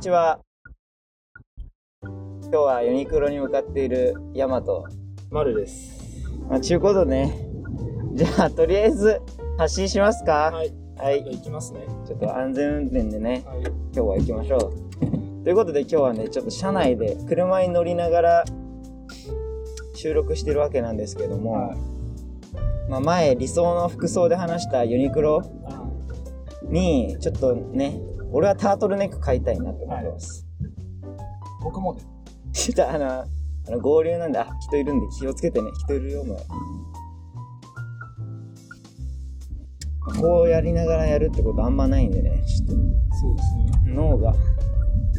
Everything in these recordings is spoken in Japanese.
ちは。今日はユニクロに向かっているヤマト。丸です。まあ、ちゅうことね。じゃあ、とりあえず発信しますか。はい。はい。行きますね。ちょっと安全運転でね、はい。今日は行きましょう。ということ で今日はね、ちょっと車内で車に乗りながら収録してるわけなんですけども、はいまあ、前理想の服装で話したユニクロあにちょっとね俺はタートルネック買いたいなと思ってます、僕もね。ちょっとあのあの合流なんであ人いるんで気をつけてね人いるよもうこうやりながらやるってことあんまないんでねちょっとそうですね。脳が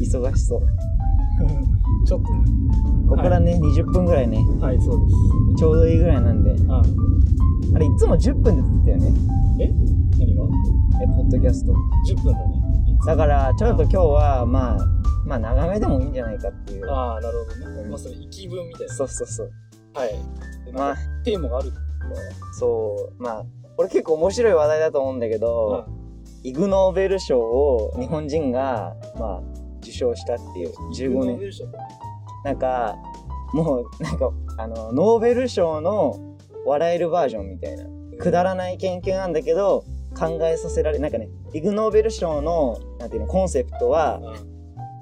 忙しそうちょっとね。ここからね、20分ぐらいねはい、そうで。ちょうどいいぐらいなんですああれいつも10分で撮ってたよねえ何がえポッドキャスト ?10 分だね。だからちょっと今日はまあまあ長めでもいいんじゃないかっていうああ、なるほどね。うんまあ、それ、意気分みたいそうそうそうな。はい。でまなあんかテーマがあるかそうまあ俺結構面白い話題だと思うんだけら。ど、イグ・ノーベル賞を日本人が、まあ、受賞したっていう15ノー年ベル賞だねなんかもうなんかあのノーベル賞の笑えるバージョンみたいなくだらない研究なんだけど考えさせられなんかねイグ・ノーベル賞のなんていうのコンセプトはうん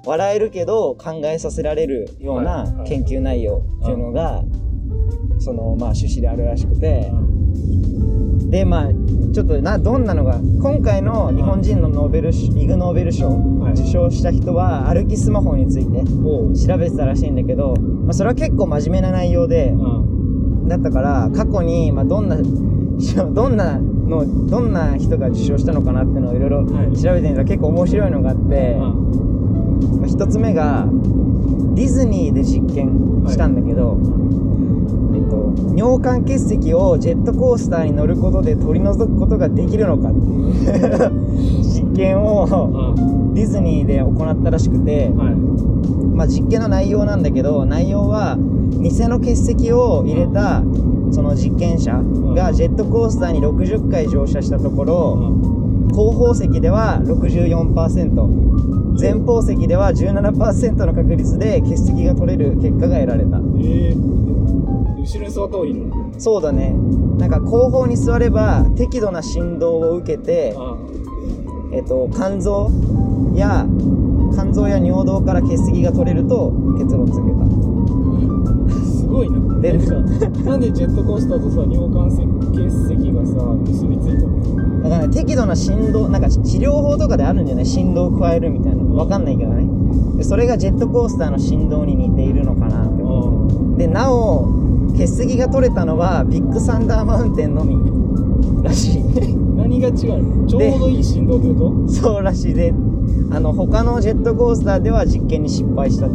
笑えるけど考えさせられるようはいはない研究内容っていうのが、そのまあ趣旨であるらしくて。でまあちょっとなどんなのが今回の日本人のノーベル賞イグ・ノーベル賞はい受賞した人は歩きスマホについておう。調べてたらしいんだけど、まあ、それは結構真面目な内容でうんだったから過去に、まあ、どんな どんなのどんな人が受賞したのかなっていうのをいろいろはい調べてみたら結構面白いのがあって、うんまあ、一つ目がディズニーで実験したんだけど、えっと、尿管結石をジェットコースターに乗ることで取り除くことができるのかっていう 実験をうんディズニーで行ったらしくて、はい。まあ、実験の内容なんだけど内容は偽の結石を入れたその実験者がジェットコースターに60回乗車したところうん後方席では64%前方席では17%の確率で結石が取れる結果が得られた。えー後ろに座った方がいいのうんそうだねなんか後方に座れば適度な振動を受けて、えっと、肝臓や肝臓や尿道から血石が取れると結論付けたすごいな。出るなんかなんでジェットコースターとさ、尿管石結石がさ、結びついたのだからね適度な振動なんか治療法とかであるんじゃない振動を加えるみたいなわかんないけどねでそれがジェットコースターの振動に似ているのかなって思あうでなお血石が取れたのはビッグサンダーマウンテンのみらしい あ何が違うのちょうどいい振動ってことそうらしいであの他のジェットコースターでは実験に失敗したと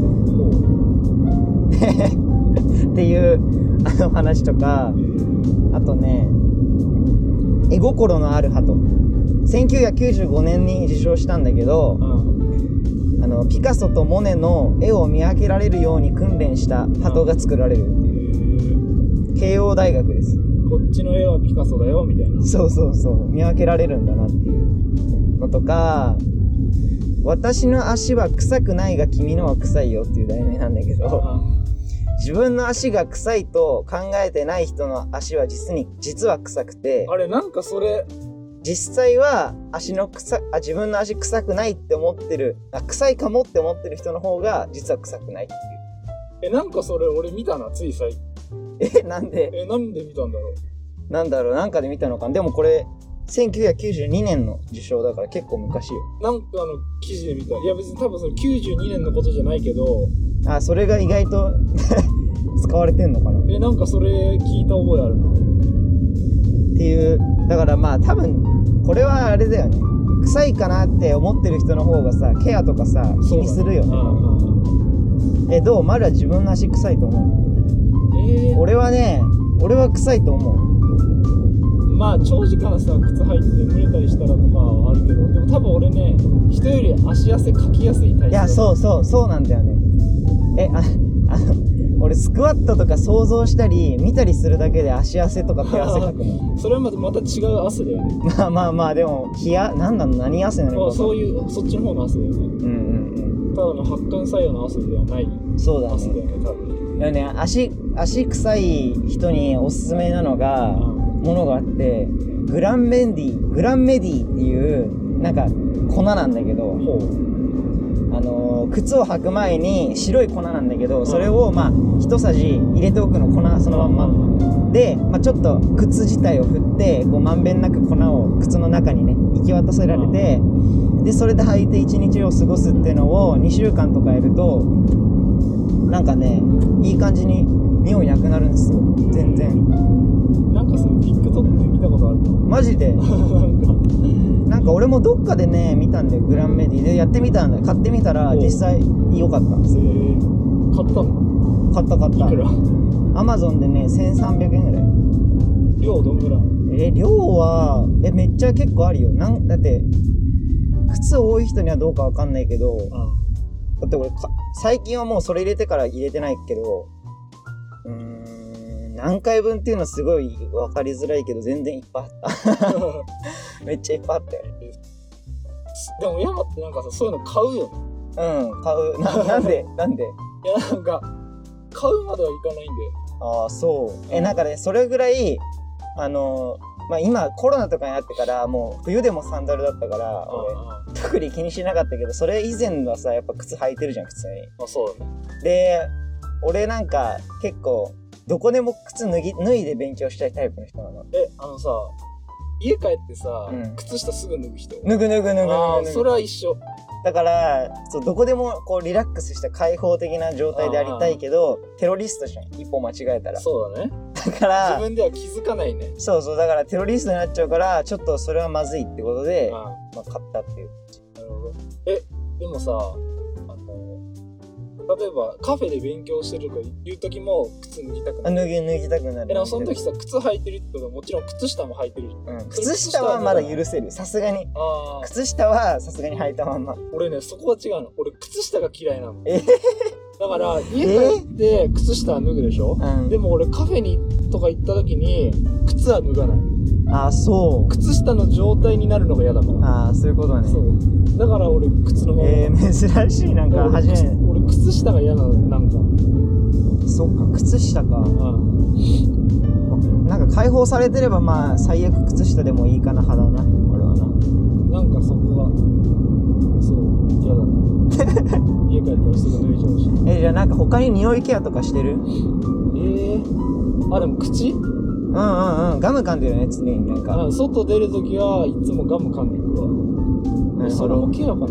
っていうあの話とかあとね絵心のある鳩1995年に受賞したんだけどあのピカソとモネの絵を見分けられるように訓練した鳩が作られる慶応大学ですこっちの絵はピカソだよみたいなそうそうそう見分けられるんだなっていうのとか「私の足は臭くないが君のは臭いよ」っていう題名なんだけど自分の足が臭いと考えてない人の足は実に実は臭くてあれなんかそれ実際は足の臭あ自分の足臭くないって思ってるあ臭いかもって思ってる人の方が実は臭くないって えなんかそれ俺見たなつい最近いうえなんでえなんで見たんだろうなんだろうなんかで見たのかなでもこれ1992年の受賞だから結構昔よなんかあの記事で見たいや別に多分その92年のことじゃないけどあそれが意外と 使われてんのかなっえなんかそれ聞いた覚えあるなていうだからまあ多分これはあれだよね臭いかなって思ってる人の方がさケアとかさ気にするよねねえどう丸は自分の足臭いと思うえー俺はね俺は臭いと思うまあ長時間さ靴履いてて蒸れたりしたらとかはあるけどでも多分俺ね人より足汗かきやすいタイプいやうそうそうそうなんだよねえああの俺スクワットとか想像したり見たりするだけで足汗とか手汗かくの それはまたまた違う汗だよねまあまあまあでも冷や何なの何汗なのかまあわかんそなういいうそっちの方の汗だよねうんうんうん多ただの発汗作用の汗ではないそうだ汗だねよね多分だよね足足臭い人におすすめなのがものがあってグランメンディグランメディっていうなんか粉なんだけどほうあのー靴を履く前に白い粉なんだけどそれをまあ一さじ入れておくの粉そのまんまで、まあ、ちょっと靴自体を振ってこうまんべんなく粉を靴の中にね行き渡せられてでそれで履いて一日を過ごすっていうのを2週間とかやるとなんかねいい感じに匂いなくなるんですよ全然なんかそれ TikTok で見たことあるのマジでなんかなんか俺もどっかでね見たんでグランメディでやってみたんだよ買ってみたらお実際良かったえー買ったの買った買っいくたらアマゾンでね1300円ぐらい量どんぐらいえ量はえめっちゃ結構あるよなんだって靴多い人にはどうかわかんないけどだあって俺か最近はもうそれ入れてから入れてないけどうーん何回分っていうのはすごい分かりづらいけど全然いっぱいあっ あためっちゃいっぱいあったよでも山ってなんかさそういうの買うよねうん買う ななんでなんでいやなんか買うまではいかないんだよああそうえなんかねそれぐらいあのまあ今コロナとかになってからもう冬でもサンダルだったから俺あ特に気にしなかったけどそれ以前はさやっぱ靴履いてるじゃん普通にあそうだねで俺なんか結構どこでも靴脱ぎ脱いで勉強したいタイプの人なのえあのさ家帰ってさ、うん靴下すぐ脱ぐ人脱ぐ脱ぐ脱ぐ脱ぐああ脱ぐそれは一緒だからそうどこでもこうリラックスした開放的な状態でありたいけどテロリストじゃん一歩間違えたらそうだねだか自ら分では気づかないねそうそうだからテロリストになっちゃうからちょっとそれはまずいってことで、あまあ、買ったっていうあなるほどえでもさあの例えばカフェで勉強してるとかいう時も靴脱ぎたくなあい脱ぎ脱ぎたくなえるでもその時さ靴履いてるってことはもちろん靴下も履いてるうん、靴下はまだ許せるさすがにああ靴下はさすがに履いたまんま俺ねそこは違うの俺靴下が嫌いなのえだから家帰って靴下は脱ぐでしょ、うんでも俺カフェにとか行った時に靴は脱がないあそう靴下の状態になるのが嫌だからああそういうことだねそうだから俺靴のままえー、珍しいなんか俺初め靴俺靴下が嫌なのなんかそっか靴下かうんなんか解放されてればまあ最悪靴下でもいいかな派だな俺はななんかそこはそう嫌だな 家帰ったらすぐ脱いじゃうしえじゃあなんか他に匂いケアとかしてるうんえー、あでも口うんうんガム噛んでるね常になんかうん外出るときはいつもガム噛んでるわなるそほれもどケアかなあ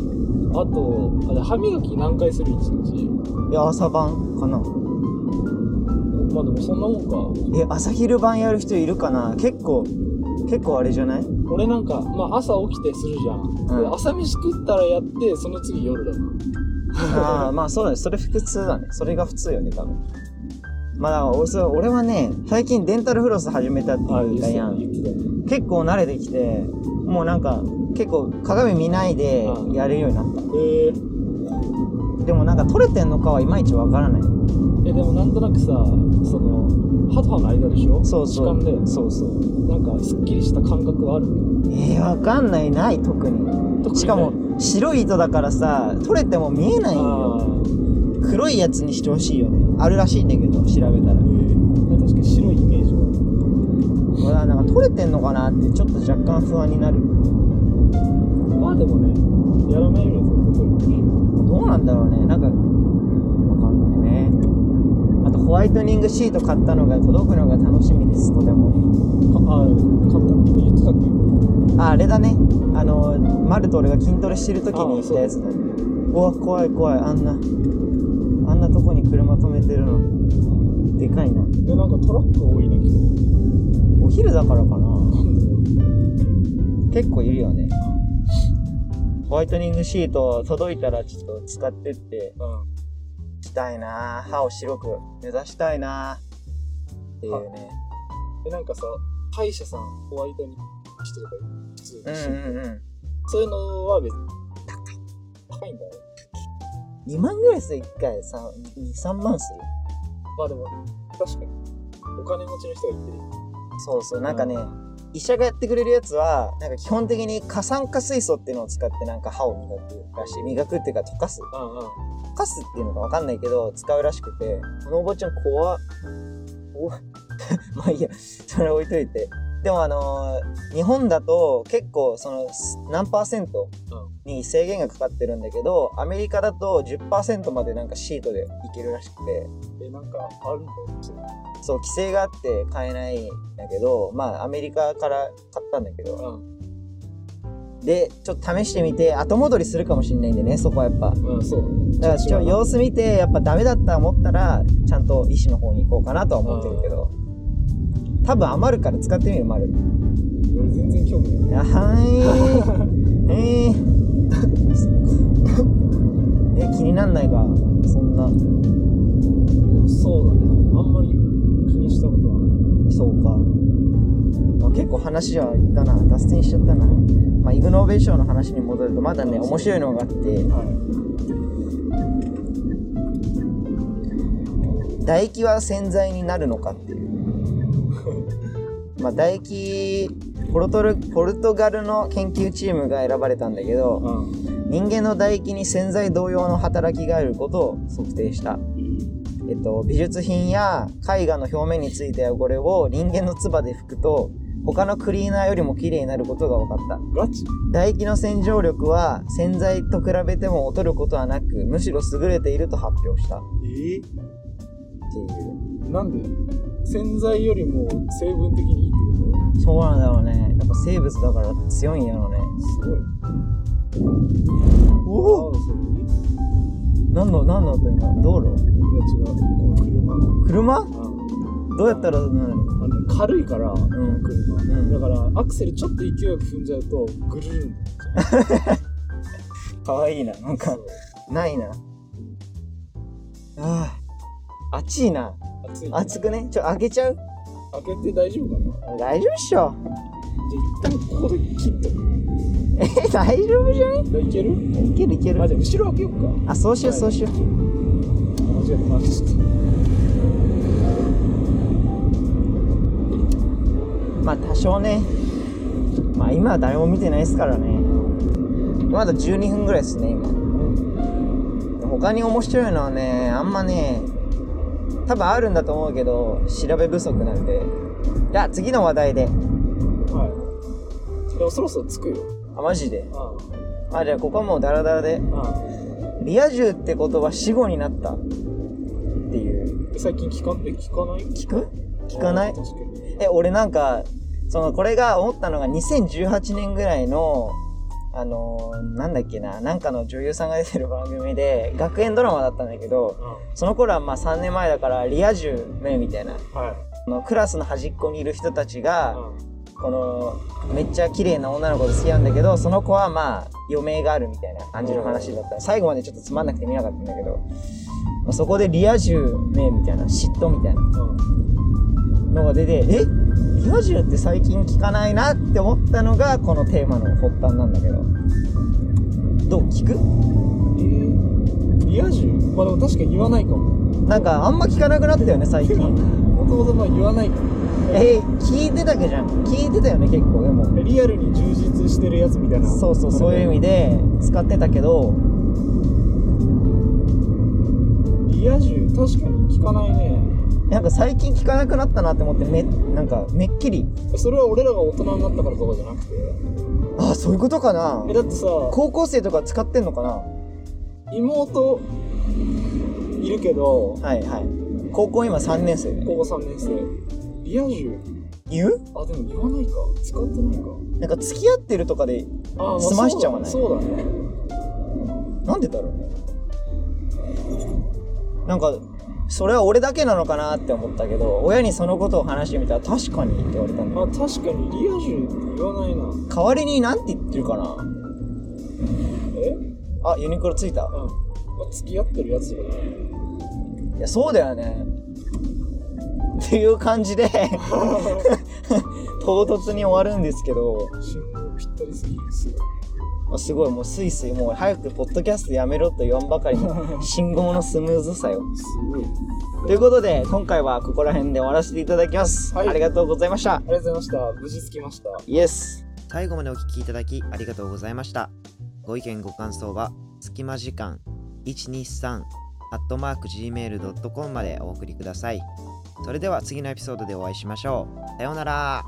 とあれ歯磨き何回する一日いや朝晩かなまあでもそんなもんかえ朝昼晩やる人いるかな結構結構あれじゃない俺なんか、まあ、朝起きてするじゃん、でうん朝飯食ったらやってその次夜だなああまあそうだねそれ普通だねそれが普通よね多分まあだから俺そう俺はね最近デンタルフロス始めたって 言ったやん言ってたね結構慣れてきてもうなんか結構鏡見ないでやれるようになった、えーでもなんか取れてんのかはいまいちわからないえでもなんとなくさその歯と歯の間でしょそうそう時間でそうそうなんかすっきりした感覚はあるえー、わかんないない特に特にねしかも白い糸だからさ取れても見えあないんだよー黒いやつにしてほしいよねあるらしいんだけど調べたらえー確かに白いイメージは俺はなんか取れてんのかなってちょっと若干不安になるあるまあでもねやらないよりは絶対取れるどうなんだろうねなんかわかんないねあとホワイトニングシート買ったのが届くのが楽しみですとてもかああ買ったって言ってたっけああれだねあのマルと俺が筋トレしてる時に行ったやつだねうわ怖い怖いあんなあんなとこに車止めてるのでかいなでなんかトラック多いね今日お昼だからかな結構いるよねホワイトニングシート届いたらちょっと使ってってういきたいな歯を白く目指したいなっていうねん、でなんかさ歯医者さんホワイトにしてるから普通うにして、んうんうんそういうのは別に高いんだね2万ぐらいする1回23万するまあでも確かにお金持ちの人が言ってるそうそうなんかね、医者がやってくれるやつは、なんか基本的に過酸化水素っていうのを使ってなんか歯を磨くらしい。磨くっていうか溶かす。うんうん溶かすっていうのかわかんないけど、使うらしくて、このおばちゃん怖っ怖っ まあいいや、それ置いといて。でもあのー日本だと結構そのす何パーセントに制限がかかってるんだけど、アメリカだと10%までなんかシートでいけるらしくて、えなんかあるんだよそれそう、規制があって買えないんだけど、まあアメリカから買ったんだけど、うんで、ちょっと試してみて、後戻りするかもしれないんでね、そこはやっぱ。うんそうだからちょ様子見てやっぱダメだったと思ったらちゃんと医師の方に行こうかなとは思ってるけど多分余るから使ってみる丸俺全然興味ないあ はーいえー、 そっかえ気になんないかそんなそうだねあんまり気にしたことはないそうか、あ、結構話はいったな脱線しちゃったな、まあ、イグノーベーションの話に戻るとまだね面白いのがあってはい唾液は洗剤になるのかっていうまあ唾液ポルトルポルトガルの研究チームが選ばれたんだけどう人間の唾液に洗剤同様の働きがあることを測定した、えっと、美術品や絵画の表面についた汚れを人間の唾で拭くと他のクリーナーよりも綺麗になることが分かったんガチ唾液の洗浄力は洗剤と比べても劣ることはなくむしろ優れていると発表したっえていうなんで洗剤よりも成分的にいいってこそうなんだろうね。やっぱ生物だから強いんやろうね。とすごいおおあーそうい何の、何の音今道路や違うこの車の車どうやったらなるのあの軽いから、このん車、んだからアクセルちょっと勢いよく踏んじゃうとぐるるんだよかわいいな。なんそか、うないな。ああ。暑いな。暑いね暑くねちょ、開けちゃう開けて大丈夫かなじゃ大丈夫っしょ。あ一旦ここで切っとくえ、大丈夫じゃねいけるいけるいけある。じゃあ後ろ開けようかあ、そうしようそうしよう。間違えた間違えまあ多少ね。まあ今は誰も見てないですからね。まだ12分ぐらいですね、今。他に面白いのはねあんまね多分あるんだと思うけど調べ不足なんでじゃあ次の話題でたはいでもそろそろ着くよあマジでああじゃあここはもうダラダラであああリア充って言葉死語になったっていう最近聞かんえ聞かない聞く聞かないああ確かにえ俺なんかそのこれが思ったのが2018年ぐらいのあのーなんだっけななんかの女優さんが出てる番組で学園ドラマだったんだけどその頃はまあ3年前だからリア充めみたいなうんはいこのクラスの端っこにいる人たちがあこのめっちゃ綺麗な女の子と付き合うんだけどその子はまあ余命があるみたいな感じの話だった最後までちょっとつまんなくて見なかったんだけど、まあそこでリア充名みたいな嫉妬みたいなあのが出てえリア充って最近聞かないなって思ったのがこのテーマの発端なんだけどどう聞くえー、リア充まあでも確かに言わないかもなんかあんま聞かなくなったよね最てか近もともとまあ言わないかもえ聞いてたけじゃん聞いてたよね結構でもリアルに充実してるやつみたいなそうそうそういう意味で使ってたけどリア充確かに聞かないねなんか最近聞かなくなったなって思ってめなんかめっきりそれは俺らが大人になったからとかじゃなくてあそういうことかなえだってさ高校生とか使ってんのかなは妹いるけどいはい高校今3年生で高校3年生リア充言うあでも言わないか使ってないかなんか付き合ってるとかであまあ済ましちゃわないそうだねなんでだろうねなんかそれは俺だけなのかなって思ったけど親にそのことを話してみたら確かにって言われたんだあよ確かにリア充って言わないな代わりになんて言ってるかなえうんあユニクロついたまあ付き合ってるやつだよね いやそうだよねっていう感じで唐突に終わるんですけど信号ぴったりすぎですよもうすごいもうスイスイもう早くポッドキャストやめろと言わんばかり の信号のスムーズさよすごいということで今回はここら辺で終わらせていただきます、はいありがとうございましたありがとうございました無事着きましたイエス最後までお聞きいただきありがとうございましたご意見ご感想は隙間時間123アットマーク gmail.com までお送りくださいそれでは次のエピソードでお会いしましょうさようなら